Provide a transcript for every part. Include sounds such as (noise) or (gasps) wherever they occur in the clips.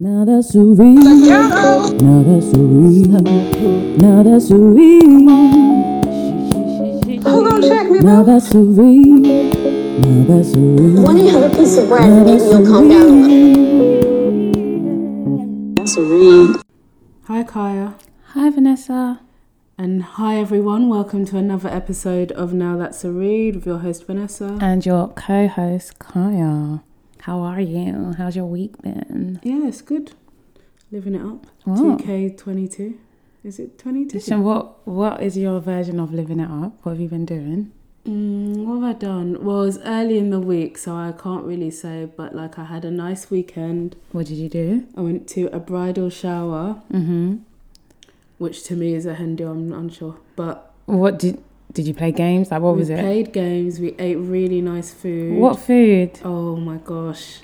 Now that's a real. Now that's a real. Now that's a real. Who gonna check me, Now boo? that's a real. Now that's a real. One another piece of bread Now and maybe that's a you'll calm down a little. real. That's a read. Hi, Kaya. Hi, Vanessa. And hi, everyone. Welcome to another episode of Now That's a Read with your host, Vanessa. And your co host, Kaya. How are you? How's your week been? Yeah, it's good. Living it up. What? (laughs) 2K22. Is it 22? Dishan, what, what is your version of living it up? What have you been doing? Mm, what have I done? Well, it's early in the week, so I can't really say, but like I had a nice weekend. What did you do? I went to a bridal shower, Mm-hmm. which to me is a hen do, I'm unsure. But What did did you play games? Like, what we was it? played games, we ate really nice food. What food? Oh my gosh.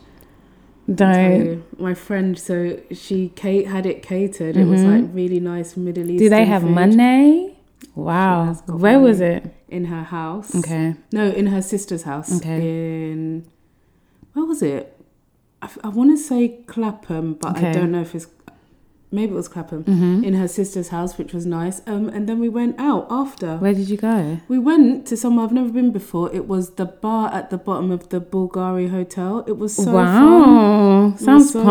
tell Don't. you, my friend, so she Kate had it catered. It was like really nice Middle Eastern. Mm-hmm. Do they have food money? Wow. has got Where was money. it? in her house? Okay. No, in her sister's house. Okay. In where was it? I, want to say Clapham, but I Okay. Mm-hmm. don't know if it's maybe it was Clapham. In her sister's house, which was nice. Um, and then we went out after. Where did you go? We went to somewhere I've never been before. It was the bar at the bottom of the Bulgari hotel. It was so fun. wow. It was Sounds so fun.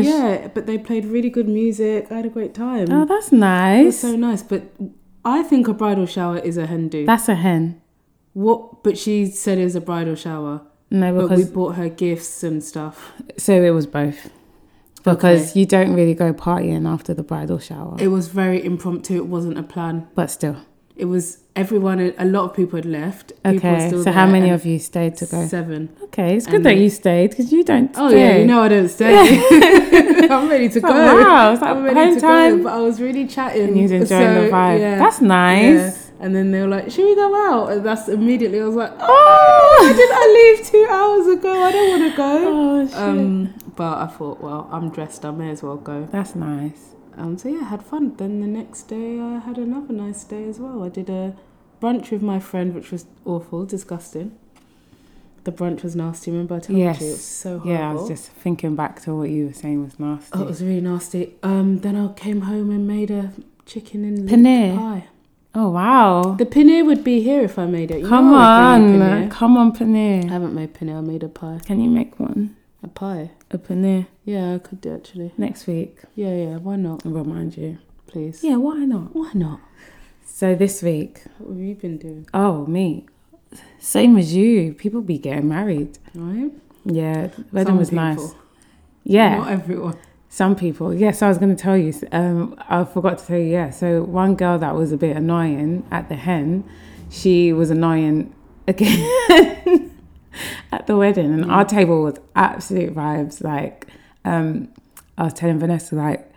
posh. Yeah, but they played really good music. I had a great time. Oh, that's it was nice. so nice. But I think a bridal shower is a Hindu. that's a hen. what? But she said it was a bridal shower. No, But we because bought her gifts and stuff. So it was both. Because you don't really go partying after the bridal shower. It was very impromptu. It wasn't a plan. but still. It was everyone. A lot of people had left. People were Okay. still So how there, many and of you stayed to go? Seven. Okay. It's good and that then- you stayed because you don't Oh yeah, stay. you know I don't stay. (laughs) I'm ready to It's go. like, wow. It's like I'm ready home to time. go, but I was really chatting. And you was enjoying the so, vibe. yeah. That's nice. Yeah. And then they were like, "Should we go out?" And that's immediately I was like, "Oh, why Oh! did I leave two hours ago? I don't want to go." Oh, shit. Um, but I thought, well, I'm dressed. I may as well go. That's nice. Um, so yeah, I had fun. Then the next day, I had another nice day as well. I did a brunch with my friend, which was awful, disgusting. The brunch was nasty. Remember I told Yes. you it was so horrible. Yeah, I was just thinking back to what you were saying was nasty. Oh, it was really nasty. Um, then I came home and made a chicken and Paneer? leek pie. Oh, wow. The paneer would be here if I made it. You Come know I would bring you on. paneer. Come on, I paneer. haven't made paneer. I made a pie. Can you make one? A pie. A paneer Yeah, I could do actually. next week. Yeah, yeah. Why not? I'll remind you. Please. Yeah, why not? Why not? So this week, What have you been doing? Oh, me. Same as you. People be getting married. Right. Yeah, wedding Some was people. nice. Yeah, Not everyone. some people. Yes, I was going to tell you. Um, I forgot to tell you. Yeah, so one girl that was a bit annoying at the hen, she was annoying (laughs) again at the wedding, and Mm. our table was absolute vibes. Like, um, I was telling Vanessa like.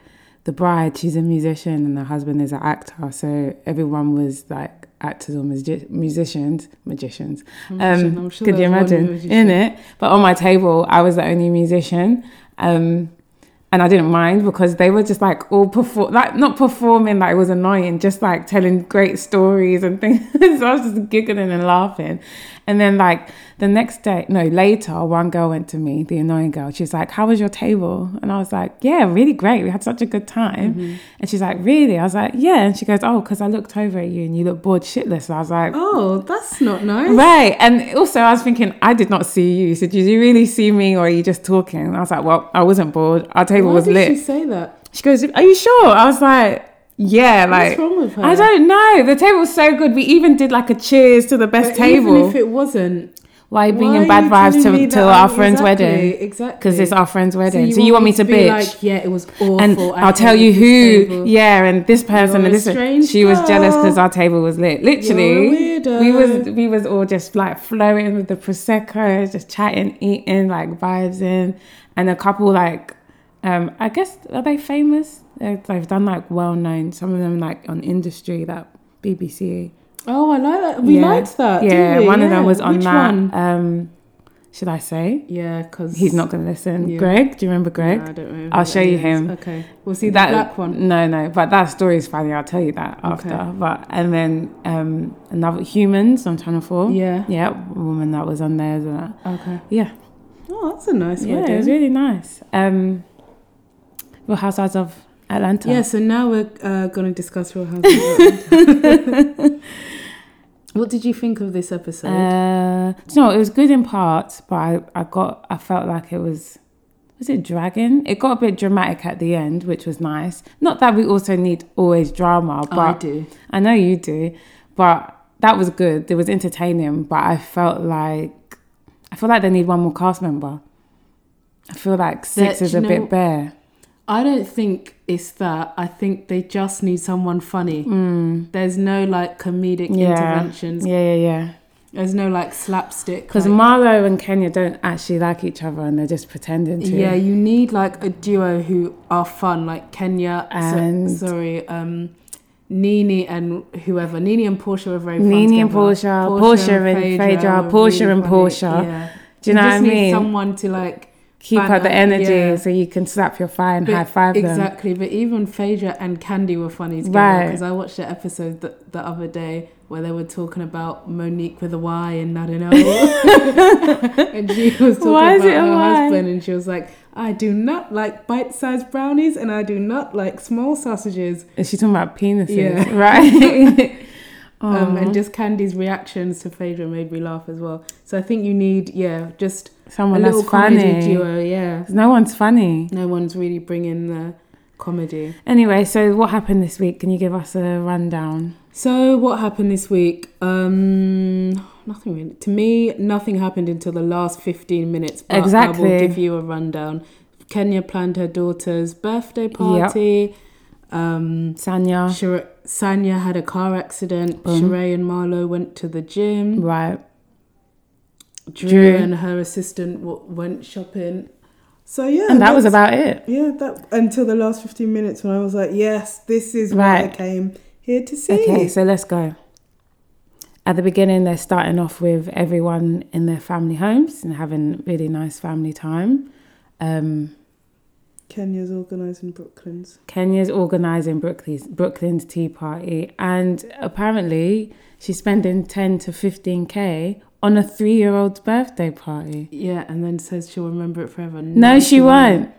The bride, she's a musician, and the husband is an actor. So everyone was like actors or music- musicians, magicians. Magician, I'm Um, sure could you there was one imagine? magician. In it, but on my table, I was the only musician, um, and I didn't mind because they were just like all perform, like not performing, like it was annoying, just like telling great stories and (laughs) things. so I was just giggling and laughing, and then like the next day, no, later, one girl went to me, the annoying girl. She's like, "How was your table?" And I was like, "Yeah, really great. We had such a good time." Mm-hmm. And she's like, "Really?" I was like, "Yeah." And she goes, "Oh, because I looked over at you and you looked bored shitless." And I was like. Oh, that's (laughs) not nice. Right. And also, I was thinking, I did not see you. So, did you really see me or are you just talking? And I was like, well, I wasn't bored. Our table Why was did lit. she She... say that? goes, are you sure? I was like, yeah. What's like, wrong with her? I don't know. The table was so good. We even did like a cheers to the best But table. Even if it wasn't, Why are you why bringing are bad you vibes telling me to, to that our I- friend's exactly, wedding? Because Exactly. it's our friend's wedding. So you, want, me to, be bitch? like, yeah, it was awful. and I I'll tell you hated who, this table. yeah, and this person You're and a this. strange She was jealous girl. because our table was lit. You're a Literally, weirdo. we was we was all just like flowing with the prosecco, just chatting, eating, like vibes in, and a couple like, um, I guess are they famous? They've, they've done like well known. Some of them like on industry that BBC. Oh, I like that. We Yeah. liked that. didn't Yeah, we? one of them Yeah. was on Which that. One? Um, should I say? Yeah, because He's not going to listen. Yeah. Greg, do you remember Greg? I don't know. I'll show you him. Okay, we'll see that the black one. No, no, but that story is funny. I'll tell you that Okay. after. But and then um another humans on Channel Four. Yeah. yeah, woman that was on there. Isn't it? Okay. Yeah, Oh, that's a nice yeah, wedding. it was really nice. Um, Real Housewives of Atlanta. Yeah, so now we're uh, going to discuss Real Housewives. (laughs) what did you think of this episode? Uh, Do you know, what? it was good in parts, but I, I got, I felt like it was, was it dragon? It got a bit dramatic at the end, which was nice. Not that we also need always drama, but I do. I know you do, but that was good. It was entertaining, but I felt like, I feel like they need one more cast member. I feel like six do is you a know- bit bare. I don't think it's that. I think they just need someone funny. There's no like comedic Mm. Yeah. interventions. Yeah, yeah, yeah. There's no like slapstick. Because like- Marlo and Kenya don't actually like each other, and they're just pretending to. yeah, you need like a duo who are fun, like Kenya And- so, sorry, um, Nini and whoever. Nini and Portia were very fun. Nini and together. Portia, Portia and Phaedra, were Portia really and funny, Portia. Yeah. Do you know just what I need mean? Someone to like keep fan up the out, energy yeah. so you can slap your thigh and But- high five them. Exactly, but even Phaedra and Candy were funny together Right. because I watched the episode the, the other day where they were talking about Monique with a Y and I don't know. (laughs) and she was talking Why is about it a her Y? husband and she was like, I do not like bite sized brownies and I do not like small sausages. Is she talking about penises? Yeah. (laughs) Right. (laughs) Oh, Um, and just Candy's reactions to Phaedra made me laugh as well. So I think you need, yeah, just Someone a little Oh, that's funny. comedy duo, yeah. No one's funny. No one's really bringing the comedy. Anyway, so what happened this week? Can you give us a rundown? So what happened this week? Um, nothing really. To me, nothing happened until the last fifteen minutes. But I Exactly. will give you a rundown. Kenya planned her daughter's birthday party. Um, Sanya. Shira- Sanya had a car accident. Uh. Boom. Sheree and Marlo went to the gym. Right. Drew, Drew. and her assistant w- went shopping. So yeah, And that was that's- about it. yeah that until the last fifteen minutes when I was like, yes, this is what I Right. came here to see. Okay, so let's go. At the beginning, they're starting off with everyone in their family homes and having really nice family time. Um, Kenya's organising Brooklyn's. Kenya's organising Brooklyn's, Brooklyn's Tea Party, and apparently she's spending 10 to 15k on a three year old's birthday party. Yeah, and then says she'll remember it forever. No, she won't.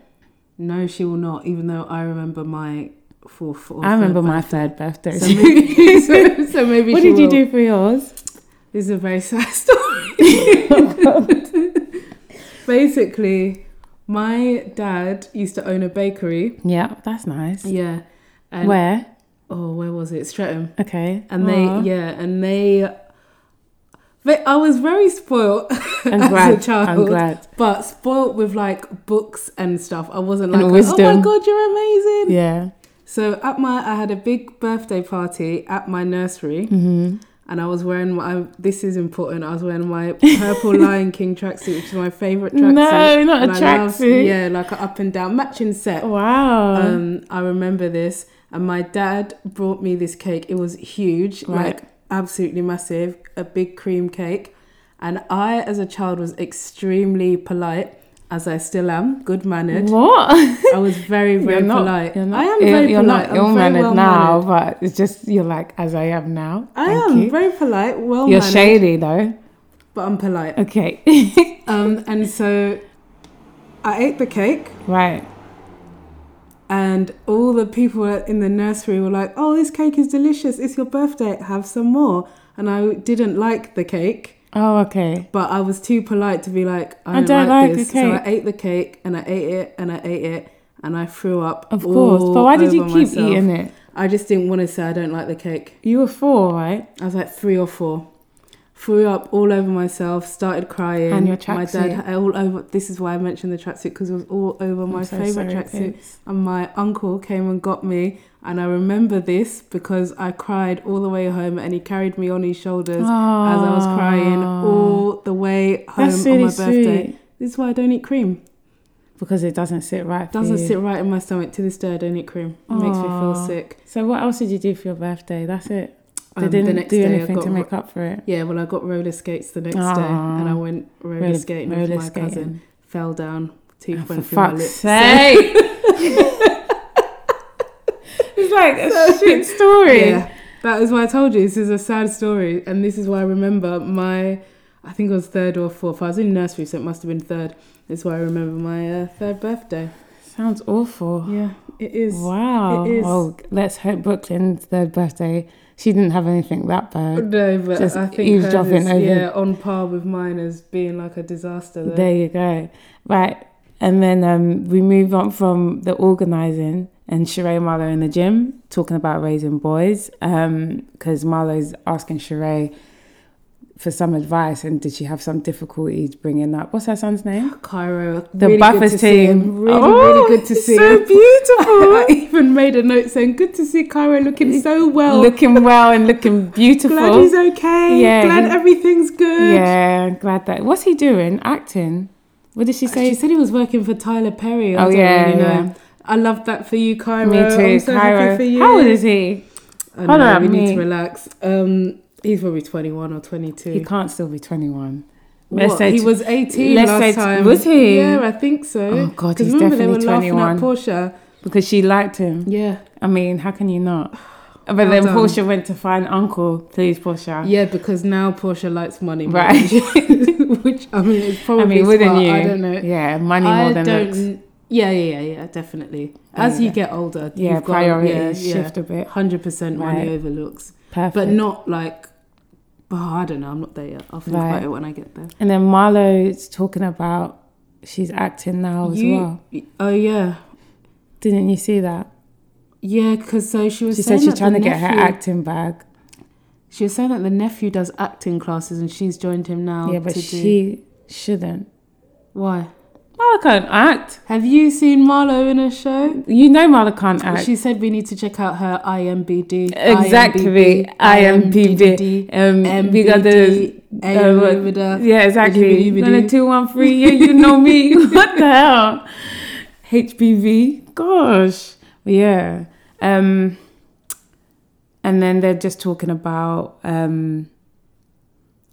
No, she will not. Even though I remember my fourth. Or I remember third my birthday. third birthday. (laughs) So maybe, (laughs) so, so maybe what she did you will. do for yours? This is a very (laughs) sad story. Basically, my dad used to own a bakery. Yeah, that's nice. Yeah, and Where? oh, where was it? Streatham. Okay. And Aw. they, yeah, and they. But I was very spoiled (laughs) as I'm glad. a child. I'm glad. but spoilt with like books and stuff. I wasn't like, And oh my wisdom. god, you're amazing. Yeah. So at my, I had a big birthday party at my nursery, Mm-hmm. and I was wearing my. This is important. I was wearing my (laughs) purple Lion King tracksuit, which is my favorite tracksuit. No, not a And I love- tracksuit. Yeah, like an up and down matching set. (laughs) Wow. Um, I remember this, and my dad brought me this cake. It was huge, Right. like absolutely massive, a big cream cake. And I, as a child, was extremely polite, as I still am, good mannered. what? (laughs) I was very, very You're not, polite. You're not, I am you're, very you're polite. not ill I'm very mannered well now, mannered. but it's just you're like as I am now. I Thank am you. very polite, well You're mannered, shady though. but I'm polite. Okay. (laughs) Um, and so I ate the cake. right. And all the people in the nursery were like, "Oh, this cake is delicious. It's your birthday. Have some more." And I didn't like the cake, Oh, okay. but I was too polite to be like, "I don't, like this." The cake. So I ate the cake and I ate it and I ate it and I threw up. Of course. But why did you keep eating it? I just didn't want to say I don't like the cake. You were four, right? I was like three or four. Threw up all over myself, started crying. And your My tracksuit. dad had all over. This is why I mentioned the tracksuit because it was all over my so favorite sorry, tracksuit. babes. And my uncle came and got me, and I remember this because I cried all the way home, and he carried me on his shoulders as I was crying Aww. all the way home Ah. That's on my really birthday. sweet. This is why I don't eat cream. Because it doesn't sit right. It doesn't for you. sit right in my stomach to this day. I don't eat cream. It makes me feel Aww. sick. So what else did you do for your birthday? That's it. They Um, the didn't next do day I anything got to ro- make up for it. Yeah, well, I got roller skates the next day, Aw. and I went roller, Roller- skating roller with my cousin. skating. fell down, Oh, teeth for went through my fuck's lips. (laughs) sake! it's like a shit story. Yeah, that is why I told you this is a sad story, and this is why I remember my. I think it was third or fourth. I was in nursery, so it must have been third. That's why I remember my uh, third birthday. Sounds awful. Yeah, it is. Wow. It is. Well, let's hope Brooklyn's third birthday. She didn't have anything that bad. No, but Just I think hers is, eavesdropping over- yeah, on par with mine as being like a disaster. Though. There you go. Right. And then um, we move on from the organising and Sheree Marlowe in the gym talking about raising boys because Marlowe's asking Sheree for some advice and did she have some difficulties bringing up what's her son's name? Cairo, The really Buffers good to see team. him. Really, Oh, really good to he's see (laughs) so him. beautiful. (laughs) I even made a note saying, "Good to see Cairo looking so well. (laughs) Looking well and looking beautiful. glad he's okay. Yeah, glad he- everything's good." yeah, glad that. What's he doing? Acting. What did she say? She said he was working for Tyler Perry. I Oh, don't yeah, really know. yeah. I love that for you, Cairo. Me too. I'm so Cairo. happy for you. How old is he? I Hold know, on, we me. need to relax. Um, he's probably 21 or 22. He can't still be 21. What, he t- was 18 let's last say t- time. was he? Yeah, I think so. Oh, God, 'Cause he's remember they were definitely laughing at 21. Portia. because she liked him. Yeah. I mean, how can you not? But then done. Portia went to find Uncle. Please, Portia. Yeah, because now Portia likes money. more Right. than- (laughs) Which, I mean, it's probably I mean, wouldn't smart, you? I don't know. Yeah, money more I than don't. looks. Yeah, yeah, yeah, yeah, definitely. As you get older, Yeah, you've got, priorities shift a bit. 100% money Right. over looks. Perfect. But not like, oh, I don't know, I'm not there yet. I'll think Right. about it when I get there. and then Marlo's talking about she's acting now as You- well. Oh, yeah. Didn't you see that? Yeah, because so she was She saying said she's that the trying to get her nephew- acting back. She was saying that the nephew does acting classes and she's joined him now. Yeah, but to do. she shouldn't. Why? Marlo can't act. Have you seen Marlo in a show? You know Marlo can't act. She said we need to check out her IMBD. Exactly, IMPB. Um, we got the uh, what- yeah, exactly. None of two one three. Yeah, you know me. (laughs) what the hell? HPV. Gosh. But yeah. Um, and then they're just talking about um,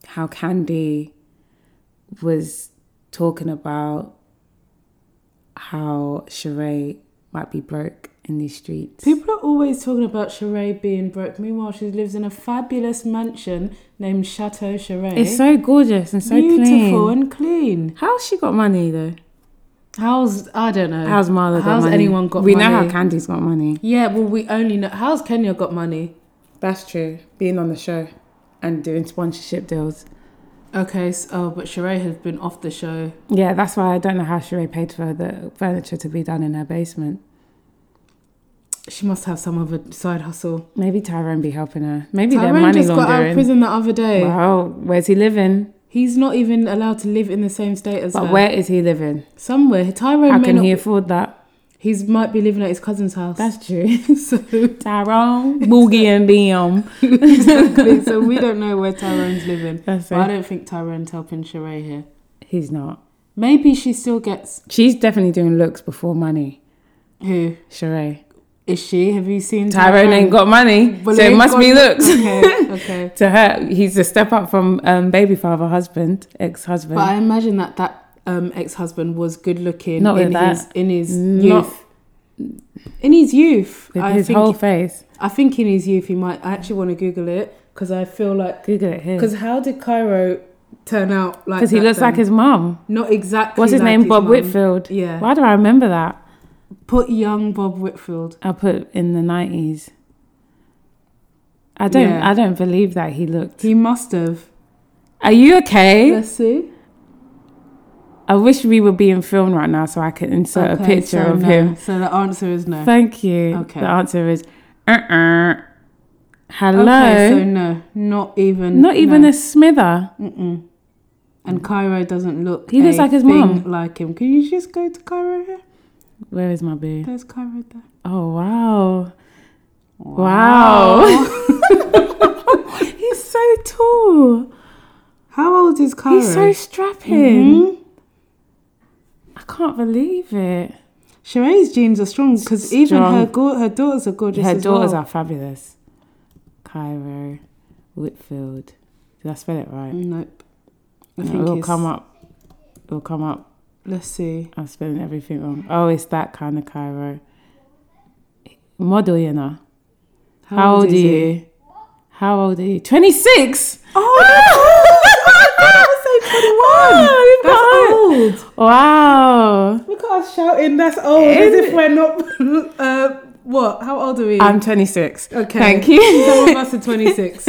how Candy was talking about how Sheree might be broke in these streets. People are always talking about Sheree being broke. Meanwhile, she lives in a fabulous mansion named Chateau Sheree. It's so gorgeous and so beautiful clean. and clean. How's she got money though? How's I don't know. How's Marla got How's money? anyone got we money? know how Candy's got money. Yeah, well, we only know. How's Kenya got money? That's true. Being on the show and doing sponsorship deals. Okay, so, oh, but Sheree has been off the show. Yeah, that's why I don't know how Sheree paid for the furniture to be done in her basement. She must have some other side hustle. Maybe Tyrone be helping her. Maybe they're Tyrone money just got out of laundering. prison the other day. Wow, where's he living? He's not even allowed to live in the same state as But her. where is he living? Somewhere. Tyrone How may can not. he afford that? He's might be living at his cousin's house. That's (laughs) true. (laughs) so (laughs) Tyrone, Boogie, and Beyond. exactly. So we don't know where Tyrone's living. That's But (laughs) I it. don't think Tyrone's helping Sheree here. He's not. Maybe she still gets She's definitely doing looks before money. who Sheree. is she? Have you seen Tyrone ain't got money, Well, so it ain't must got- be looks. (laughs) Okay, okay. to her, he's a step up from um, baby father, husband, ex husband. But I imagine that that um, ex-husband was good looking Not in with his that. in his Not- youth. In his youth, With I his think. whole face. I think in his youth he might. I actually want to Google it because I feel like Google it here. because how did Cairo turn out like? Because he that looks then? like his mum. not exactly. What's his like name? Bob mum. Whitfield. Yeah. Why do I remember that? Put young Bob Whitfield. I put in the nineties. I don't. Yeah. I don't believe that he looked. He must have. Are you okay? Let's see. I wish we were being filmed right now so I could insert a Okay, picture so of no. him. So the answer is no. Thank you. Okay. The answer is. Uh. uh Hello. Okay, so no, not even. Not even no. a smither. And Cairo doesn't look. He looks a like his thing mum. Like him. Can you just go to Cairo here? Where is my boo? There's Cairo there. Oh wow. Wow. (laughs) He's so tall. How old is Cairo? He's so strapping. I can't believe it. Sheree's genes are strong because even Strong. her go- her daughters are gorgeous. Her as daughters well. are fabulous. Cairo Whitfield. Did I spell it right? Nope. I No, Mm, think it'll it's- come up. It'll come up. Let's see. I'm spelling everything wrong. Oh, it's that kind of Cairo. Model, you know. How, old, (laughs) are is he? you? How old are you? 26! (laughs) Oh, I thought it was so Oh, we've got- That's old. Wow. Look at us shouting, that's old, as if we're not. (laughs) Uh, what? How old are we? I'm 26. okay. Thank you. Some of us are (laughs) 26.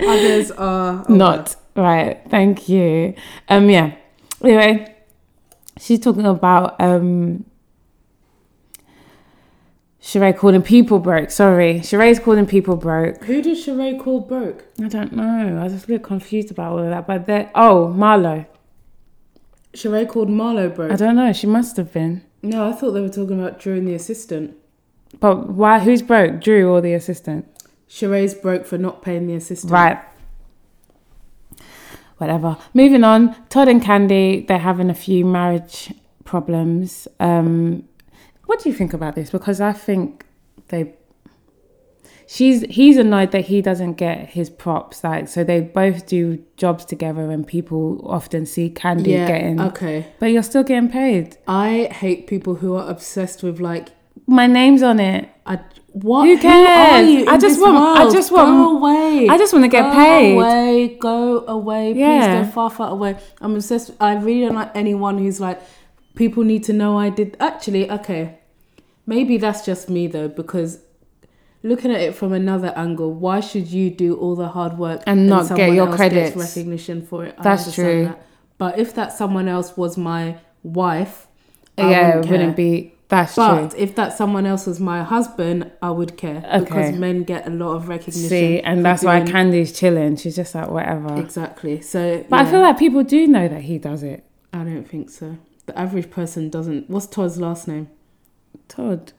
Others Oh, are. older. Not right. Thank you. Um. Yeah. Anyway, she's talking about um. Sheree calling people broke. Sorry, Sheree's calling people broke. Who did Sheree call broke? I don't know. I was just a bit confused about all of that. But there, oh, Marlo. Sheree called Marlo broke. I don't know. She must have been. no, I thought they were talking about Drew and the assistant. But why? Who's broke? Drew or the assistant? Sheree's broke for not paying the assistant. Right. Whatever. Moving on. Todd and Candy. They're having a few marriage problems. Um, what do you think about this? Because I think they. She's he's annoyed that he doesn't get his props. Like so, they both do jobs together, and people often see Candy Yeah. getting. Okay. But you're still getting paid. I hate people who are obsessed with like. My name's on it. I, what? Who are cares? you in I just this want- I world? just want- Go away. I just want to get go paid. away. Go away. Yeah. Please go far, far away. I'm obsessed. I really don't like anyone who's like. People need to know I did. Actually, okay. Maybe that's just me though, because looking at it from another angle, why should you do all the hard work And not get someone your else gets credits? recognition for it? I That's understand true. That. But if that someone else was my wife, I yeah, wouldn't it care. wouldn't be. That's But true. if that someone else was my husband, I would care because Okay. men get a lot of recognition. See, and for that's why doing- Candy's chilling. She's just like whatever. Exactly. So, But I yeah, feel like people do know that he does it. I don't think so. The average person doesn't. What's Todd's last name? Todd.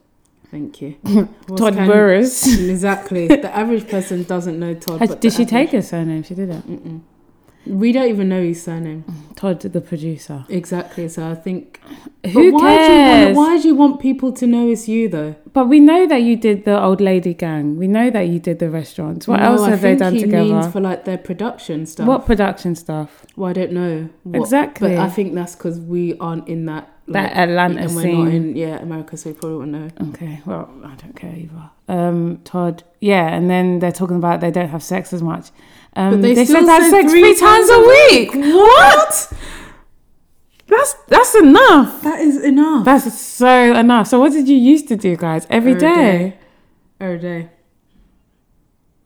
Thank you. What's (laughs) Todd Can- Burris. (laughs) Exactly. The average person doesn't know Todd. Has- but did the she take average- his surname? She didn't. We don't even know his surname. Todd, the producer. Exactly. So I think. Who but why Do you want, cares? why do you want people to know it's you though? But we know that you did the old lady gang. We know that you did the restaurants. What No, else I have they think done he Means together? for like their production stuff. What production stuff? Well, I don't know what- Exactly. but I think that's because we aren't in that That Atlanta and we're scene. not in yeah America, so we probably won't know. Okay, well, I don't care either. Um, Todd, yeah, and then they're talking about they don't have sex as much. Um, But they said still they have said sex three times a week. What? That's that's enough. That is enough. That's so enough. So what did you used to do, guys? Every Every day. day. Every day.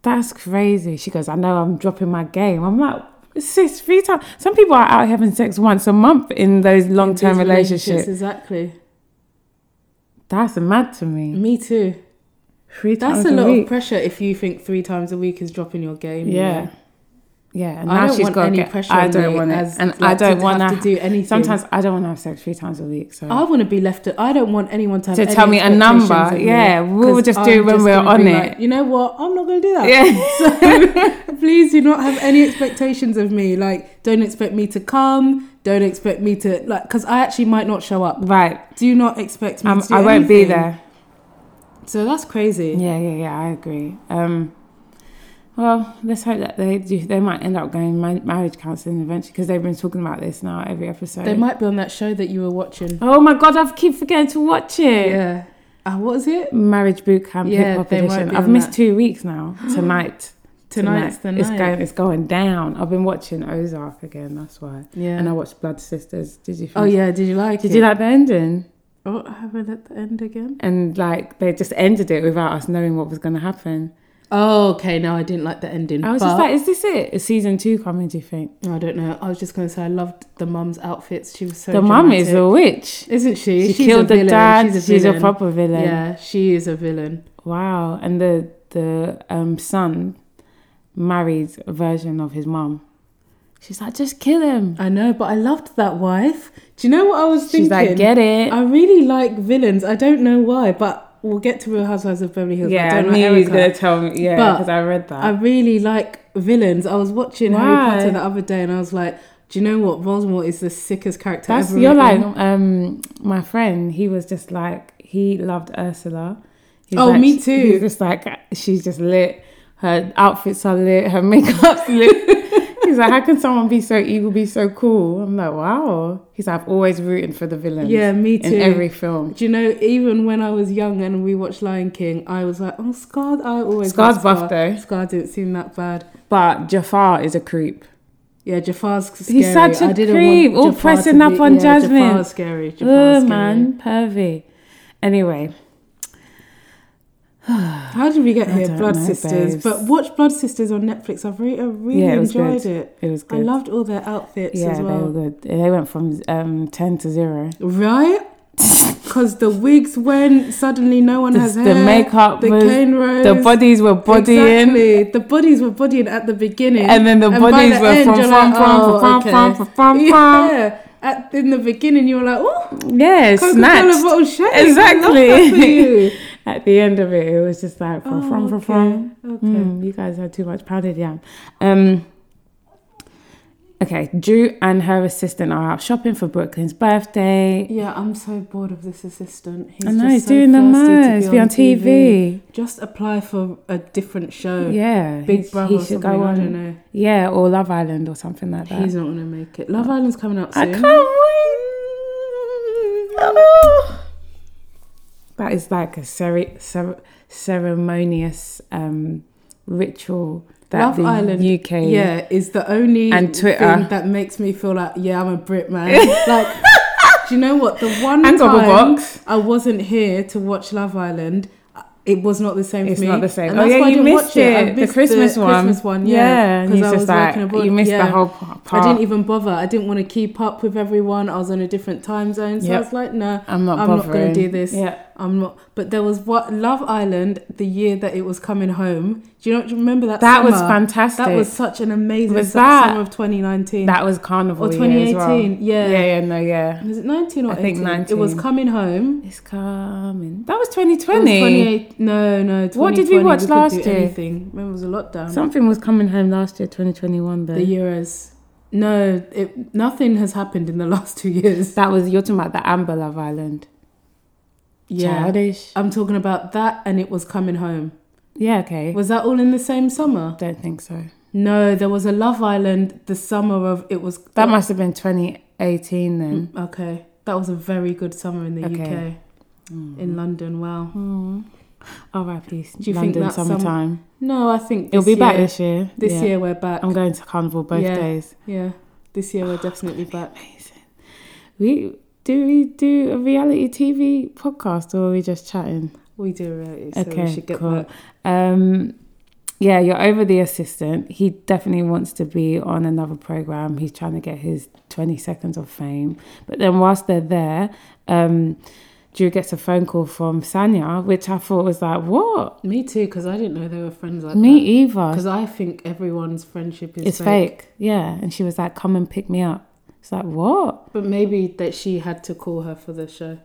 That's crazy. She goes, I know I'm dropping my game. I'm like, sis, three times. Some people are out having sex once a month in those long term These relationships. Exactly. That's mad to me. Me too. Mm. Three Mm-hmm. That's times a lot week. of pressure if you think three times a week is dropping your game. you Yeah. know. Yeah, and I now don't she's want got any get, pressure I on don't me want it, as, and like, I don't to want have to do Oh, anything. Sometimes I don't want to have sex three times a week. So I want to be left. I don't want anyone to have To any tell me a number, expectations of me, yeah, we'll 'cause just do I'm when we're gonna on be it. like, you know what? I'm not going to do that. yeah, (laughs) So (laughs) please do not have any expectations of me. Like, don't expect me to come. Don't expect me to like, because I actually might not show up. right. Do not expect me Um, to. do I won't be anything. there. So that's crazy. Yeah, yeah, yeah. I agree. Um, well, let's hope that they do. They might end up going ma- marriage counselling eventually because they've been talking about this now every episode. They might be on that show that you were watching. Oh my god, I keep forgetting to watch it. Yeah. Uh, what was it? Marriage boot camp Yeah, hip hop they might edition. be I've on missed that. two weeks now. (gasps) Tonight. (gasps) Tonight's the night. It's going, it's going down. I've been watching Ozark again. That's why. Yeah. And I watched Blood Sisters. Did you? Oh finish- yeah. Did you like Did it? you like the ending? Oh, I have it at the end again. And like they just ended it without us knowing what was going to happen. Oh, okay. No, I didn't like the ending. I was just but- like, is this it? Is season two coming? Do you think I don't know. I was just going to say I loved the mum's outfits. She was so. the mum is dramatic. a witch? Isn't she? She She's killed a the villain. dad. She's a, villain. proper villain. Yeah, she is a villain. Wow. And the the um son married a version of his mum. She's like, just kill him. I know, but I loved that wife. Do you know what I was thinking? She's like, get it. I really like villains. I don't know why, but we'll get to Real Housewives of Beverly Hills. but yeah, I I don't like knew he was Erica. gonna tell me. Yeah, But because I read that. I really like villains. I was watching Why? Harry Potter the other day, and I was like, do you know what? Voldemort is the sickest character That's ever. you're like written. um my friend. He was just like he loved Ursula. He's Oh, like- me too. He was just like she's just lit. Her outfits are lit. Her (laughs) makeup's lit. He's like, how can someone be so evil, be so cool? I'm like, wow. He's like, I've always rooting for the villains. Yeah, me too. In every film. Do you know, even when I was young and we watched Lion King, I was like, oh, Scar, I always Scar's liked Scar. buff though. Scar didn't seem that bad. But Jafar is a creep. Yeah, Jafar's scary. He's such a I didn't creep, want all Jafar pressing to up on Jasmine. Jafar's scary. Jafar's Oh scary. man, pervy. Anyway, How did we get here? don't Blood know, Sisters. babes. But watch Blood Sisters on Netflix. I've re- I really Yeah, it was enjoyed good. it. It was I good. loved all their outfits yeah, as they well. were good. They went from um, ten to zero. (laughs) Right? Because the wigs went, suddenly no one The, has the hair. makeup, the was, cane rose. the bodies were bodying. Exactly. The bodies were bodying at the beginning. And then the by bodies the were end, from you're from like, from oh, from from okay. from from from. Yeah. At, in the beginning, you were like, oh, Yeah, Coca-Cola snatched. bottle shake. I love that for you. Oh, Exactly. At the end of it, it was just like (laughs) from from from from. okay, Hmm. okay. Mm, you guys had too much powdered yam. Um. Okay, Drew and her assistant are out shopping for Brooklyn's birthday. Yeah, I'm so bored of this assistant. He's I know just he's so doing the thirsty to most. Be on TV. Just apply for a different show. Yeah, Big he's- Brother or something, I don't know. Yeah, or Love Island or something like that. He's not gonna make it. Love Island's coming out I soon. can't Oh. wait. That is like a cere- cer- ceremonious um, ritual that Love the Island, UK. yeah, is the only And Twitter. thing that makes me feel like, yeah, I'm a Brit, man. (laughs) like, do you know what? The one And time Gogglebox. I wasn't here to watch Love Island, uh, it was not the same It's for me. not the same. And oh that's yeah, why I you didn't missed watch it. I it. missed the Christmas one. Christmas one, yeah. yeah. and he's I just was like working abroad. you missed Yeah. the whole part. I didn't even bother. I didn't want to keep up with everyone. I was on a different time zone, so Yep. I was like, "No, I'm not bothering. going to do this. Yeah. I'm not." But there was what Love Island the year that it was coming home. Do you not remember that? That was summer? fantastic. That was such an amazing Was su- that- summer of 2019. That was Carnival Or year as well. 2018, yeah. Yeah, yeah, no, yeah. was it 19 or I think 18? It was 19. coming home. It's coming. That was It was 2020. 28 No, no. 2020. What did we watch couldn't last do year? Anything. Remember, it was a lockdown. Something was coming home last year, 2021, but the Euros. No, it, nothing has happened in the (laughs) last two years. that was you're talking about the Amber Love Island. Yeah. Childish. I'm talking about that, and it was coming home. Yeah, okay. Was that all in the same summer? Don't think so. No, there was a Love Island the summer of it was. That must have been Mm. 2018 then. Okay, that was a very good summer in the Okay. Mm. UK, in London. Wow. Oh, R.I.P. Do you think London that some- summertime? No, I think It'll this be back year- this year. This Yeah. year we're back. I'm going to Carnival both Yeah. days. Yeah, this year we're definitely back. Amazing. We do we do a reality TV podcast or are we just chatting? We do really. So Okay, we should get cool. back. Um, yeah, you're over the assistant. He definitely wants to be on another program. He's trying to get his 20 seconds of fame. But then whilst they're there, um, Drew gets a phone call from Sanya, which I thought was like, what? Me too, because I didn't know they were friends like Me that. either. Because I think everyone's friendship is It's fake. Yeah. And she was like, come and pick me up. It's like, what? But maybe that she had to call her for the show.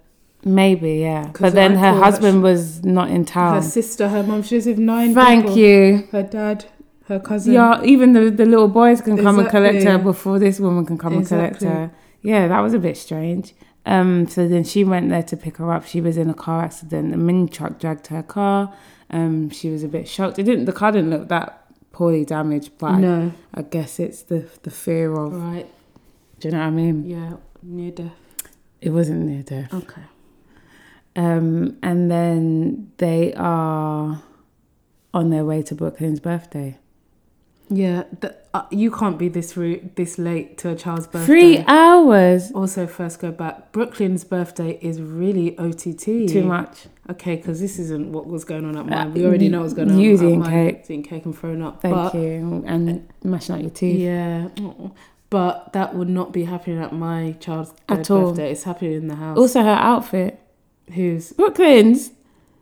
Maybe, yeah. 'Cause But then I her thought husband was not in Her town. sister, her mum, she lives with nine Oh. Thank people. you. Her dad, her cousin. Yeah, even the, the little boys can come and collect her Exactly. before this woman can come and Exactly. collect her. Yeah, that was a bit strange. Um, so then she went there to pick her up. She was in a car accident. A mini truck dragged her car. Um, she was a bit shocked. It didn't. The car didn't look that poorly damaged, but No. I, I guess it's the the fear of. Right. Do you know what I mean? Yeah. Near death. It wasn't near death. Okay. Um, and then they are on their way to Brooklyn's birthday. Yeah. th- uh, you can't be this route this late to a child's birthday. Three hours. Also, first go back. Brooklyn's birthday is really OTT. Too much. Okay, because this isn't what was going on at Uh, mine. We already know what's going on. you at eating mine. cake. Eating cake and throwing up. Thank but, you. And mashing out your teeth. Yeah. mm, But that would not be happening at my child's At third all. birthday. It's happening in the house. Also, her outfit. Who's Brooklyn's.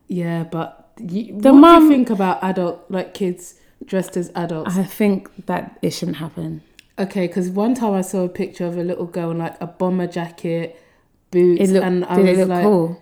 Yeah, but you, The what do mum- you think about adult like kids dressed as adults? I think that it shouldn't happen. Okay, because one time I saw a picture of a little girl in like a bomber jacket, boots, It looked, and I did was it look like, cool?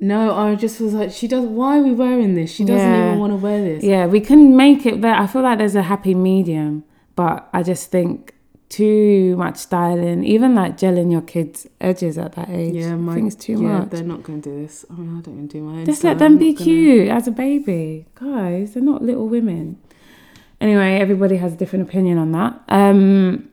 no, I just was like, she does. Why are we wearing this? She doesn't Yeah. even want to wear this. Yeah, we can make it there. I feel like there's a happy medium, but I just think too much styling, even like gelling your kids' edges at that age. Yeah, I my, think it's too yeah, much. they're not going to do this. I mean, I don't even do my own. Just so let them I'm be not gonna- cute as a baby. Guys, they're not little women. Anyway, everybody has a different opinion on that. Um,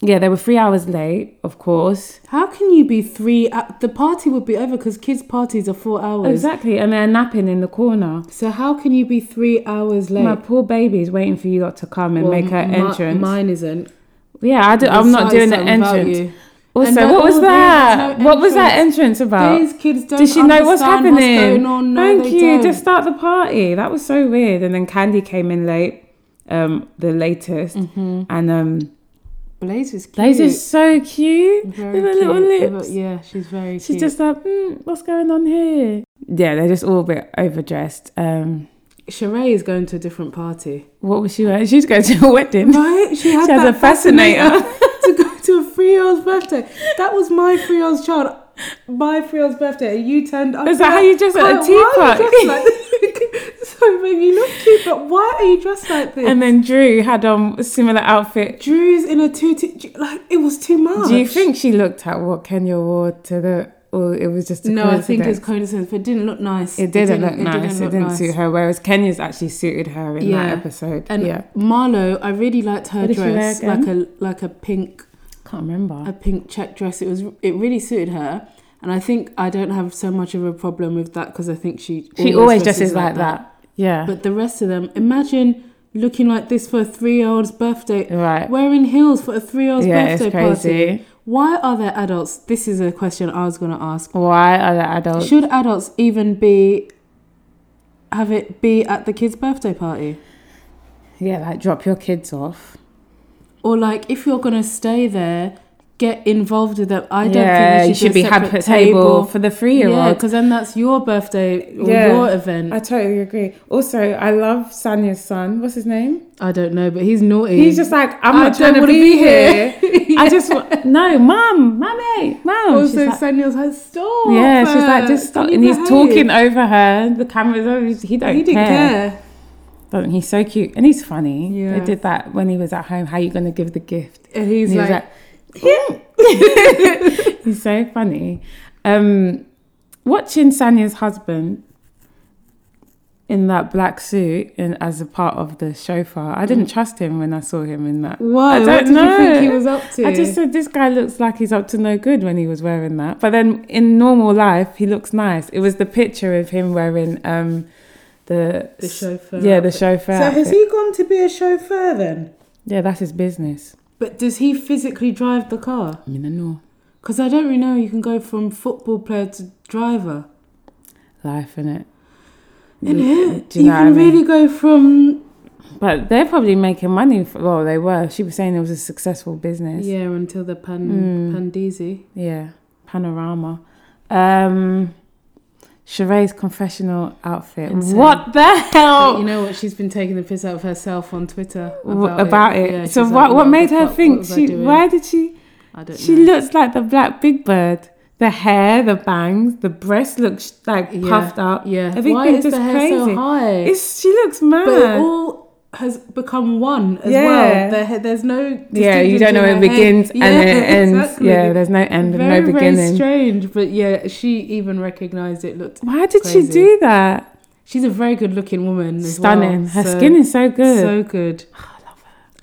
yeah, they were three hours late, of course. How can you be three? Uh, the party would be over because kids' parties are four hours. Exactly, and they're napping in the corner. So how can you be three hours late? My poor baby's waiting for you lot to come and Well, make her mi- entrance. mine isn't. Yeah, I do, The I'm not size doing the that without entrance. you. And Also, that- what oh, was there is that? no what was that entrance. entrance about? These kids don't. Did she know what's understand happening? going on? No, Thank they you. don't. Just start the party. That was so weird. And then Candy came in late, um, the latest, Mm-hmm. and um, Blaze is cute. Blaze is so cute very with her cute. little With her- lips. Yeah, she's very. She's cute. just like, mm, what's going on here? Yeah, they're just all a bit overdressed. Um, Sheree is going to a different (laughs) party. what was she wearing? She's going to a wedding. Right? She had (laughs) She has that a fascinator. to go to a three-year-old's birthday. That was my three-year-old's child. My three-year-old's birthday. And you turned up. Is that how you dress at a Like, why are teapot? you dressed like- (laughs) Sorry, babe, you look cute, but why are you dressed like this? And then Drew had on a similar outfit. Drew's in a tutu. Like it was too much. Do you think she looked at what Kenya wore to the, or it was just a No, I think it's coincidence? coincidence, but it didn't look nice. It didn't look nice. look it didn't nice. suit her. Whereas Kenya's actually suited her in Yeah. that episode. And yeah, Marlo, I really liked her What did she wear dress, again? like a like a pink can't remember. a pink check dress. It was it really suited her, and I think I don't have so much of a problem with that because I think she she always dresses like that. Yeah, But the rest of them, imagine looking like this for a three-year-old's birthday, right. wearing heels for a three-year-old's Yeah, it's birthday crazy. party. Why are there adults? This is a question I was going to ask. Why are the adults? Should adults even be have it be at the kids' birthday party? yeah, like drop your kids off. Or like, if you're gonna stay there, get involved with them. I don't yeah, think you should be had had a at separate table for the Yeah, three-year-old. because then that's your birthday or Yeah. your event. I totally agree. Also, I love Sanya's son. What's his name? I don't know, but he's naughty. He's just like, I'm I not trying don't to wanna be, be here. (laughs) here. I just want, no, mum, mummy, mum. She's also like- Sanya's like, stop. yeah, she's like, uh, just stop. can And you he's behave?" talking over her. The camera's over. He don't He didn't care. care. But he's so cute and he's funny. Yeah. They did that when he was at home. How you going to give the gift? And he's And he was like, (laughs) like, he's so funny. Um, watching Sanya's husband in that black suit and as a part of the chauffeur, I Mm. didn't trust him when I saw him in that. why? I don't what did know. you think he was up to? I just said this guy looks like he's up to no good when he was wearing that. But then in normal life, he looks nice. It was the picture of him wearing um, the The chauffeur Yeah, the outfit. chauffeur. so has outfit. he gone to be a chauffeur then? Yeah, that's his business. But does he physically drive the car? I mean, I know Because I don't really know. You can go from football player to driver. life in it. Innit? Do you know what I can mean? really go from But they're probably making money. For, well, they were. She was saying it was a successful business. yeah until the pan pandeezy. Yeah. Panorama. Um, Sheree's confessional outfit. Insane. What the hell? But you know what? She's been taking the piss out of herself on Twitter Oh. W- about, about, it. Yeah, so she's what? like, what the made her fuck think was I she? doing? Why did she? I don't She know. looks like the black big bird. The hair, the bangs, the breasts look sh- like Yeah, puffed up. yeah. everything Why is just the hair crazy. so high? It's, she looks mad. But it all has become one as well. Yeah. There, there's no yeah, you distinction don't know where it between her (laughs) begins hair- and Yeah, it ends. exactly. Yeah, there's no end and very no very beginning. strange. But yeah, she even recognized it. Looked Why did Crazy. she do that? she's a very good looking woman. As Stunning. Well, Her so- skin is so good. So good.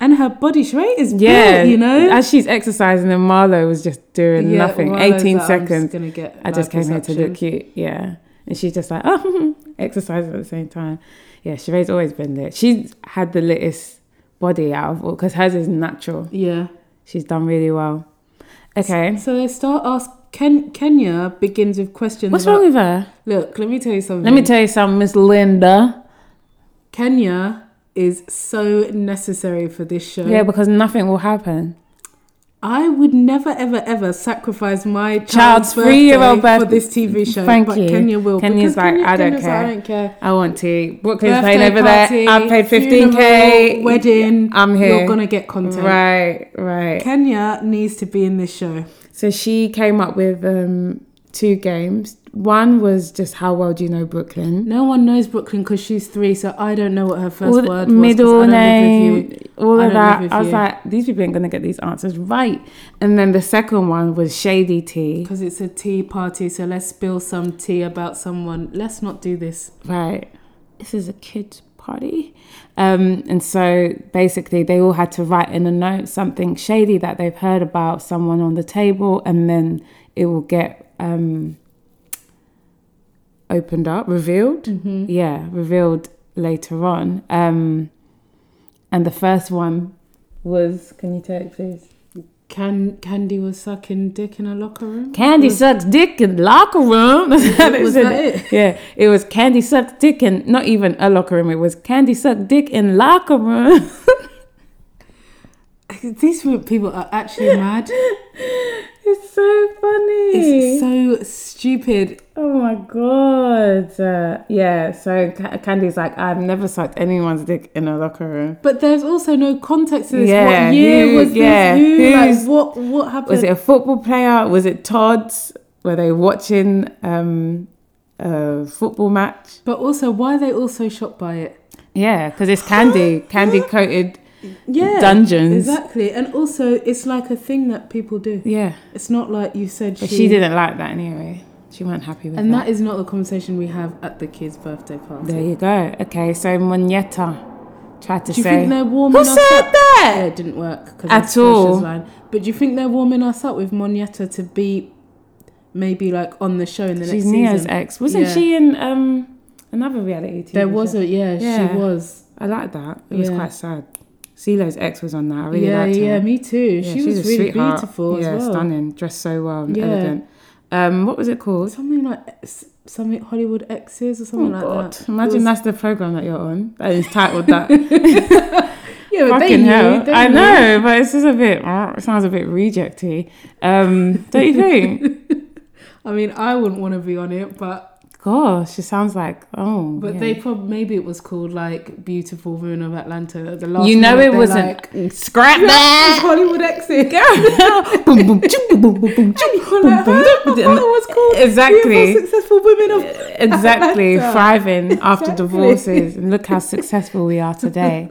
And her body shape is yeah, yeah, you know. as she's exercising, and Marlo was just doing Yeah, nothing. Marlo's Eighteen like, I'm just seconds. gonna get I just came here to liposuction. look cute. Yeah, and she's just like, (laughs) oh, exercising at the same time. Yeah, Sheree's always been there. She's had the littest body out of all because hers is natural. Yeah. She's done really well. Okay, So they start ask Ken- Kenya begins with questions. what's about- wrong with her? Look, let me tell you something. Let me tell you something, Miss Linda. Kenya is so necessary for this show. Yeah, because nothing will happen. I would never, ever, ever sacrifice my child's, Child's three-year-old birthday for birthday. this TV show. Thank but you. Kenya will. Kenya's because like, I don't Kenya's like, care. I don't care. I want to. Brooklyn's Birthday playing over party, there. I paid funeral, 15k. Wedding. I'm here. You're gonna get content. Right, right. Kenya needs to be in this show. So she came up with um, two games. One was just how well do you know Brooklyn? No one knows Brooklyn because she's three, so I don't know what her first All the word was. 'cause middle I don't live with name, you. all I don't of live that. with I was you. like, these people ain't gonna get these answers right. And then the second one was shady tea. Because it's a tea party, so let's spill some tea about someone. Let's not do this. Right. This is a kids party. Um, and so basically they all had to write in a note something shady that they've heard about someone on the table and then it will get um, opened up, revealed. Yeah, revealed later on. Um, and the first one was. Can you take, please? Can Candy was sucking dick in a locker (laughs) room. Candy sucks dick in locker room. (laughs) That's how they Was said Mm. that it. it? Yeah, it was Candy sucks dick in not even a locker room. It was Candy sucks dick in locker room. (laughs) These people are (laughs) actually mad. it's so funny. It's so stupid. Oh my god. Uh, yeah, so Ca- Candy's like, I've never sucked anyone's dick in a locker room. But there's also no context to this. Yeah, what year who- was yeah, this? Who? who's- Like what? What happened? Was it a football player? Was it Todd's? Were they watching um, a football match? But also, why are they all so shocked by it? Yeah, because it's (gasps) candy, candy coated. Yeah, Dungeons. exactly. And also, it's like a thing that people do. Yeah, It's not like you said but she didn't like that anyway. She wasn't happy with And that. that is not the conversation we have at the kids' birthday party. There you go. Okay, so Moneta tried to Do you say. think they're warming Who us said up? that? Yeah, it didn't work 'cause At that's Portia's all. Line. But do you think they're warming us up with Monietta to be maybe like on the show in the She's next Nia's season? ex. Wasn't Yeah. she in um, another reality TV? There was show? a yeah, Yeah. she was. I like that. It was Yeah. quite sad. CeeLo's ex was on that. I really yeah, liked her. yeah, me too. Yeah, she she's was a really sweetheart. beautiful yeah, as well. stunning. Dressed so well and Yeah. elegant. Um, what was it called? Something like ex- something Hollywood exes or Oh something like God! that. Imagine It was- that's the program that you're on. That (laughs) is titled that. Yeah, but they Fucking knew, hell! they I knew. know, but it's just a bit. It sounds a bit rejecty. Um, don't (laughs) you think? I mean, I wouldn't want to be on it, but Gosh, it sounds like oh. but yeah. they probably maybe it was called like Beautiful Women of Atlanta. At the last, You know, minute, it they're wasn't. like, Scrap "It's that. Hollywood (laughs) exes. (laughs) boom, boom, choo, boom, boom, boom, boom, choo, You're boom, like, boom, "Huh? boom, I boom." thought it was called Exactly. Uh, Beautiful successful women of (laughs) Exactly. Atlanta. Thriving after Exactly. divorces. And look how successful we are today.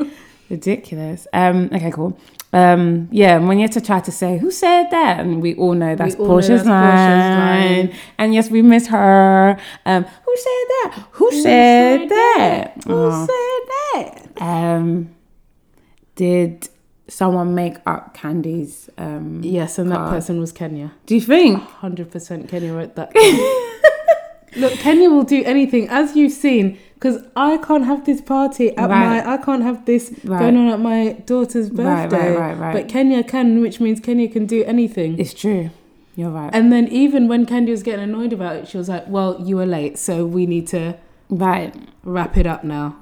Ridiculous. Um, okay, cool. Um, yeah, Moneta tried to say, Who said that? And we all know that's all know Portia's that's Portia's line. line. And yes, we miss her. Um, who said that? Who, said, said that? that? Who said that? Um, did someone make up Candy's? Um, Yes, and that card? person was Kenya. Do you think? Hundred percent, Kenya wrote (laughs) that. down. Look, Kenya will do anything, as you've seen, because I can't have this party at Right. my, I can't have this Right. going on at my daughter's Right, right, birthday. right, right. But Kenya can, which means Kenya can do anything. It's true. You're right. And then even when Candy was getting annoyed about it, she was like, "Well, you were late, so we need to right. wrap it up now.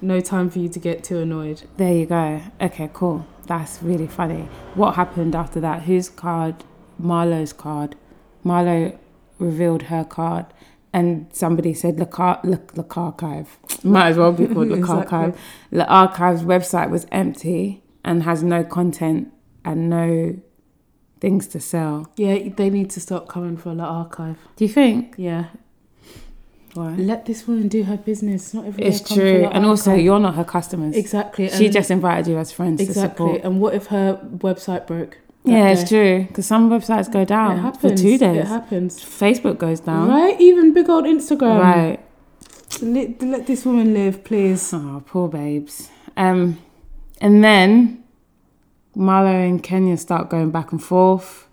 No time for you to get too annoyed." There you go. Okay, cool. That's really funny. What happened after that? Whose card? Marlo's card. Marlo revealed her card, and somebody said look, look, look archive. (laughs) Might as well be called look Exactly. archive. The archive's website was empty and has no content and no things to sell. Yeah, they need to stop coming for the archive. Do you think? Yeah, Why? let this woman do her business. Not everyone. It's true. And also, you're not her customers. exactly. She and- just invited you as friends to support. Exactly. And what if her website broke? that Yeah, it's day? true. Because some websites go It down for happens. two days. It happens. Facebook goes down. Right? Even big old Instagram. Right. Let, let this woman live, please. Oh, poor babes. Um, and then Marlo and Kenya start going back and forth.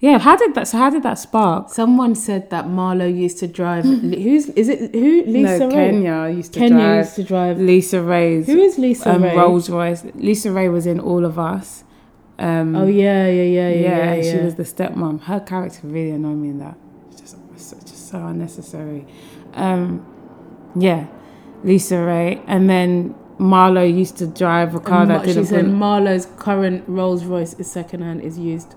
Yeah, how did that? So how did that spark? Someone said that Marlo used to drive. who's (laughs) is it? Who Lisa no, Ray? Kenya used to Kenya drive. used to drive. Lisa Ray's Who is Lisa um, Ray? Rolls Royce. Lisa Ray was in All of Us. Um, Oh yeah, yeah, yeah, yeah. yeah, yeah, and she yeah. was the stepmom. Her character really annoyed me in that. It's just, it's so- just so unnecessary. Um, yeah, Lisa Ray, and then Marlo used to drive a And car that Ma- she didn't. said belong- Marlo's current Rolls Royce is secondhand, is used.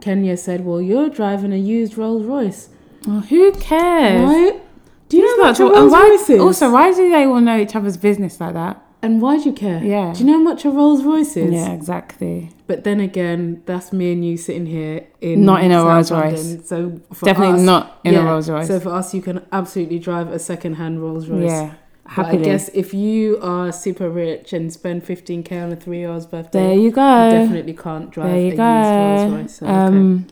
Kenya said, "Well, you're driving a used Rolls Royce, Well, who cares? right? Do "Mm, you know It's not what a true. And Rolls why- Royce is? Also, why do they all know each other's business like that? And why do you care? Yeah. Do you know how much a Rolls Royce is? Yeah, exactly. But then again, that's me and you sitting here in Not in a South Rolls London. Royce. So for Definitely us- not in a yeah, Rolls Royce. So for us, you can absolutely drive a second-hand Rolls Royce. yeah, But I happily. guess if you are super rich and spend 15k on a three-year-old's there birthday, you go. you definitely can't drive There a you used go. Rolls Royce. So, okay. um,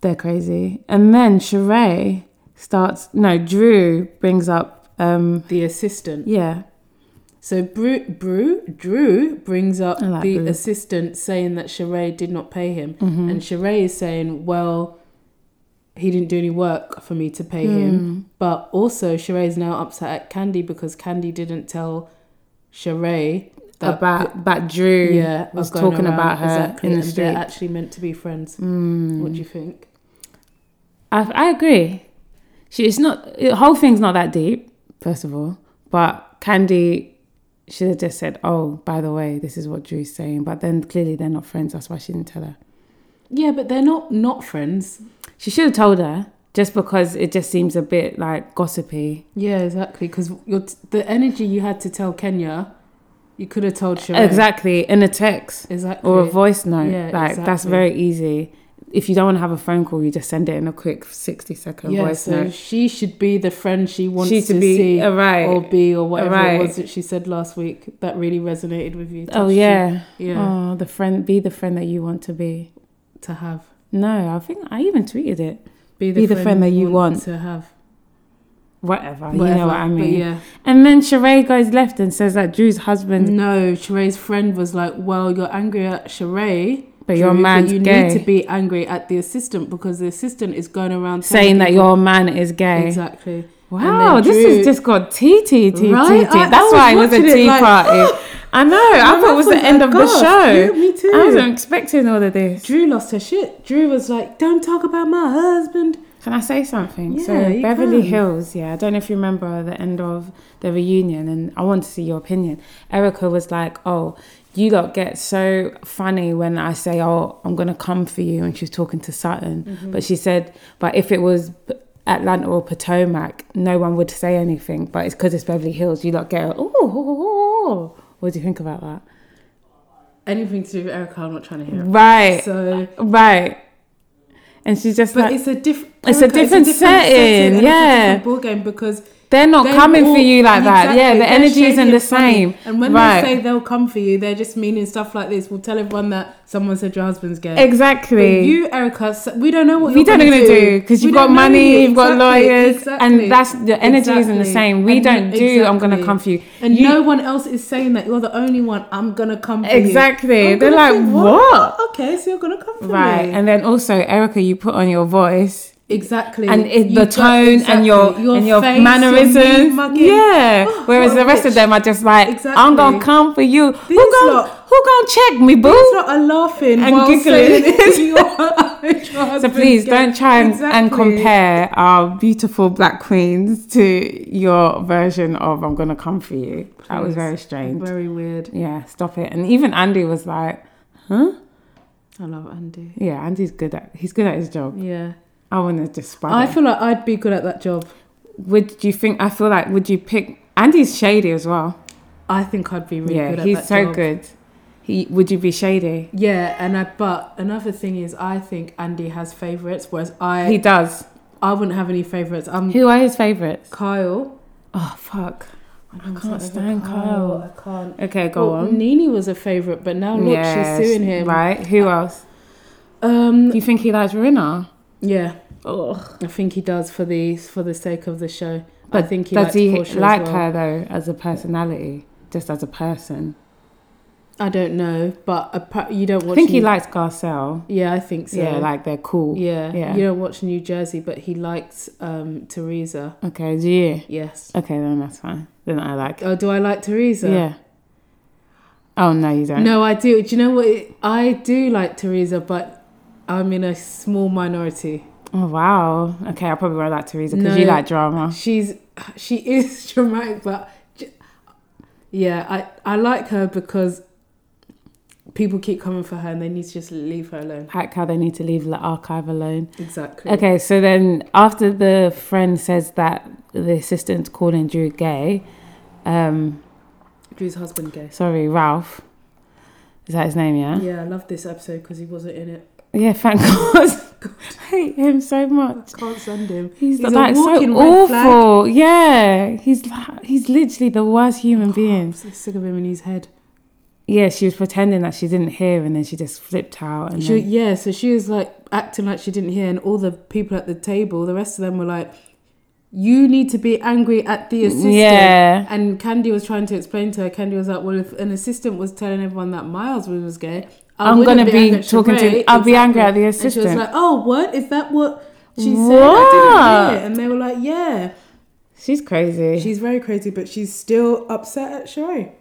They're crazy. And then Sheree starts, no, Drew brings up, um, the assistant. yeah, So Brew, Brew, Drew brings up I like the Brew. assistant saying that Sheree did not pay him, Mm-hmm. and Sheree is saying, "Well, he didn't do any work for me to pay Mm. him." But also, Sheree is now upset at Candy because Candy didn't tell Sheree that about that Drew yeah are was going talking around, about her exactly, in the and street. They're actually meant to be friends. What do you think? I, I agree. She it's not the whole thing's not that deep, first of all. But Candy should have just said, "Oh, by the way, this is what Drew's saying." But then clearly they're not friends. That's why she didn't tell her. Yeah, but they're not not friends. She should have told her just because it just seems a bit like gossipy. Yeah, exactly. Because t- the energy you had to tell Kenya, you could have told Sheree. Exactly in a text Exactly. or a voice note. Yeah, like that's exactly. very easy. If you don't want to have a phone call, you just send it in a quick sixty-second Yeah, voice so note. she should be the friend she wants She to should be- see uh, right. or be or whatever right. it was that she said last week that really resonated with you. Oh touched you yeah, Yeah. Oh, the friend, be the friend that you want to be. to have. No, I think I even tweeted it. Be Be the friend that you want. to have. Whatever, you Whatever, know what I but mean. yeah. And then Sheree goes left and says that Drew's husband, No, Sheree's friend was like, "Well, you're angry at Sheree, But your Drew, man's you gay." need to be angry at the assistant because the assistant is going around saying telling that people- your man is gay. exactly. Wow, And then this Drew- has just got tea, tea, tea, Right? tea, tea. I- I That's was why it was a watching it tea like, (gasps) party. I know. I My thought it mouth was the was end of the aghast. show. Yeah, me too. I wasn't expecting all of this. Drew lost her shit. Drew was like, "Don't talk about my husband." Can I say something? Yeah, so you Beverly can. Hills, yeah. I don't know if you remember the end of the reunion, and I want to see your opinion. Erica was like, "Oh, you lot get so funny when I say, oh, I'm gonna come for you,' and she was talking to Sutton, Mm-hmm. but she said, but if it was." Atlanta or Potomac, no one would say anything, but it's because it's Beverly Hills. You lot get, oh, what do you think about that? Anything to do with Erica, I'm not trying to hear. it. Right, So, right. And she's just but like, it's a different. It's a different It's setting, yeah. a different ball game because They're not they're coming all- for you like that. Yeah, exactly, the they're energy shady isn't the and funny. same. And when right. they say they'll come for you, they're just meaning stuff like this. We'll tell everyone that someone said your husband's gay. But exactly, you, Erica, s- we don't know what we you're don't know gonna going to do because We you've got don't know money, you. you've got Exactly, lawyers, exactly, and that's the energy isn't the exactly. same. We And don't you- do. I'm going to exactly. come for you. And you, no one else is saying that you're the only one. I'm gonna come for you. Exactly. I'm They're gonna like, think, what? Okay, so you're gonna come for right. me. And then also, Erica, you put on your voice. Exactly. And it, You the got- tone and exactly. your, and your face, mannerisms, your mean mugging. yeah. Oh, Whereas what a the rest of bitch. them are just like, I'm gonna Exactly. come for you. Who These gonna lot- who gonna check me, boo? It's not a laughing And while giggling. (laughs) saying that So please don't try and, and compare our beautiful black queens to your version of I'm gonna come for you. That was Please. very strange. Very weird. Yeah, stop it. And even Andy was like, huh? I love Andy. Yeah, Andy's good at he's good at his job. Yeah. I wanna just spy. I him. feel like I'd be good at that job. would you think I feel like would you pick Andy's shady as well? I think I'd be really Yeah, good at he's that so job. good. He would you be shady? Yeah, and I but another thing is I think Andy has favourites, whereas I He does. I wouldn't have any favourites. I'm Who are his favourites? Kyle. Oh fuck. I, can't stand Kyle. I can't. Okay, go Well, on. Nini was a favourite, but now look, Yeah, she's suing him. Uh, Right. Who else? Um. Do you think he likes Rinna? Yeah, Oh, I think he does for the for the sake of the show. I but think he does likes he Portia as like well. her though as a personality, just as a person? I don't know, but appa- you don't I watch. think he New- likes Garcelle. Yeah, I think so. yeah, like they're cool. yeah, yeah. You don't watch New Jersey, but he likes um Teresa. Okay, do you? Yes. Okay, then that's fine. Then I like. Oh, do I like Teresa? yeah. Oh no, you don't. No, I do. Do you know what? It, I do like Teresa, but I'm in a small minority. Oh wow. Okay, I probably won't like Teresa because No. you like drama. She's she is (laughs) dramatic, but j- yeah, I I like her because people keep coming for her and they need to just leave her alone. Like how they need to leave the archive alone. Exactly. Okay, so then after the friend says that the assistant's calling Drew gay, um, Drew's husband gay. sorry, Ralph. Is that his name? Yeah, I love this episode because he wasn't in it. Yeah, thank (laughs) God. I hate him so much. Can't send him. He's, He's a like so walking red flag. awful. Yeah, he's like, he's literally the worst human I'm being. so sick of him in his head. Yeah, she was pretending that she didn't hear, and then she just flipped out. And She, then- yeah, so she was like acting like she didn't hear, and all the people at the table, the rest of them were like, "You need to be angry at the assistant." Yeah. And Candy was trying to explain to her. Candy was like, "Well, if an assistant was telling everyone that Miles was gay, I I'm wouldn't gonna be angry at talking to- Sheree." I'll be angry at the And she assistant. was like, "Oh, what is that? What she said? I didn't hear." it." And they were like, "Yeah, she's crazy. she's very crazy, but she's still upset at Sheree."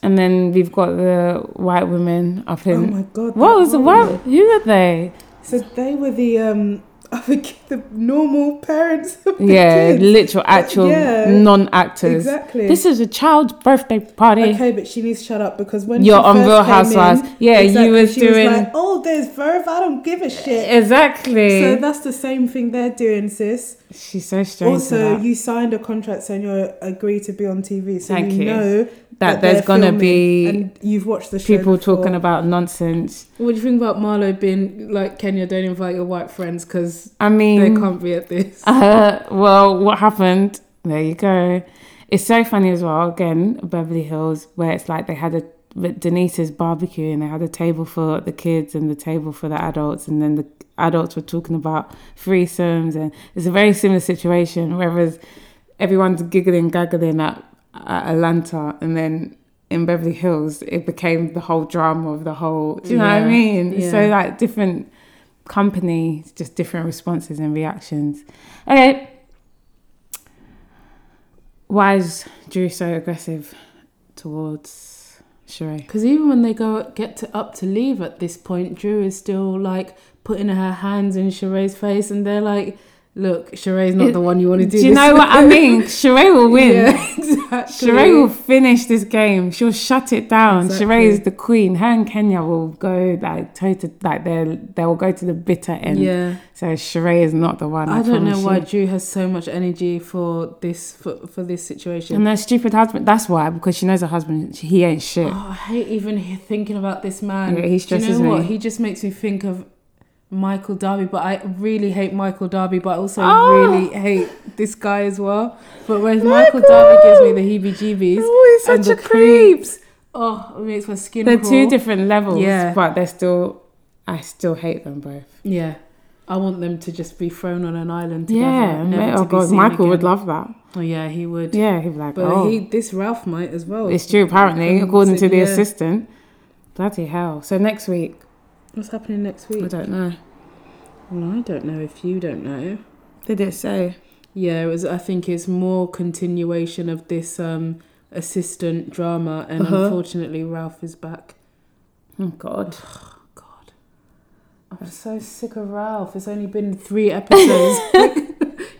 And then we've got the white women up Oh in. my god. what that was the one. what? Who are they? So they were the um (laughs) other ki- the normal parents of the yeah, kids. literal, actual, yeah. non-actors. Exactly. This is a child's birthday party. Okay, but she needs to shut up because when You're she on first Real came Housewives. in, Yeah, you was she doing- Eh. like, oh, there's Verve. I don't give a shit. Exactly. So that's the same thing they're doing, sis. She's so strange. Also, that. you signed a contract saying you agree to be on TV, so Thank you, you. know That there's they're gonna filming be and you've watched the show people before. talking about nonsense. What do you think about Marlo being like Kenya? Don't invite your white friends because I mean, they can't be at this. (laughs) Uh, well, what happened? There you go. It's so funny as well. Again, Beverly Hills, where it's like they had a with Denise's barbecue and they had a table for the kids and the table for the adults, and then the adults were talking about threesomes, and it's a very similar situation. Whereas everyone's giggling, gaggling at, at Atlanta, and then in Beverly Hills, it became the whole drama of the whole. Do you know what I Yeah, mean? It's So yeah. like different company, just different responses and reactions. Okay. Why is Drew so aggressive towards Sheree? Because even when they go get to up to leave at this point, Drew is still like putting her hands in Sheree's face, and they're like, "Look, Sheree's not It- the one you want to do." Do you this know what I with." mean? Sheree will win. (laughs) Yeah, exactly. Sheree will finish this game. She'll shut it down. Exactly. Sheree is the queen. Her and Kenya will go like toe to like they they will go to the bitter end. Yeah, So Sheree is not the one. I, I don't know promise why you. Drew has so much energy for this for, for this situation. And her stupid husband. That's why because she knows her husband. He ain't shit. (gasps) Oh, I hate even he- thinking about this man. Yeah, he Do stresses you know what? me. He just makes me think of Michael Darby, but I really hate Michael Darby, but I also Oh. really hate this guy as well. But whereas Michael, Darby gives me the heebie-jeebies, Oh, he's and such the a creep. creeps. oh, it makes my skin. They're crawl. two different levels, Yeah. but they're still. I still hate them both. Yeah, I want them to just be thrown on an island together. Yeah, never ma- to oh be god, seen Michael would again. love that. Oh yeah, he would. Yeah, he'd be like, But oh, he, this Ralph might as well. it's true. Apparently, Um, according so to the yeah. assistant. Bloody hell! So next week, What's happening next I week? don't know. Well, I don't know if you don't know. Did it say? Yeah, it was, I think it's more continuation of this um, assistant drama, and Uh-huh. unfortunately, Ralph is back. Oh god. God, I'm so sick of Ralph. It's only been (laughs) three episodes.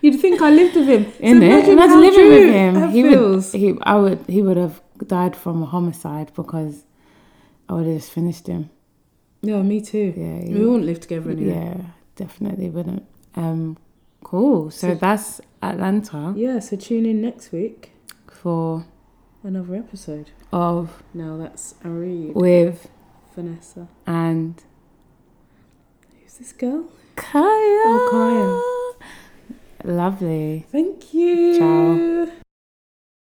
You'd think I lived with him. So In it, imagine how imagine living Drew with him. that He feels. would. He, I would. He would have died from a homicide because I would have just finished him. Yeah, me too. Yeah. he We wouldn't live together would- anyway. yeah. Definitely wouldn't. Um. Cool. So, So- that's Atlanta Yeah. So tune in next week, for another episode. of Now that's Ari, with Vanessa. and Who's this girl? Kaya. Oh, Kaya. Lovely. Thank you. Ciao.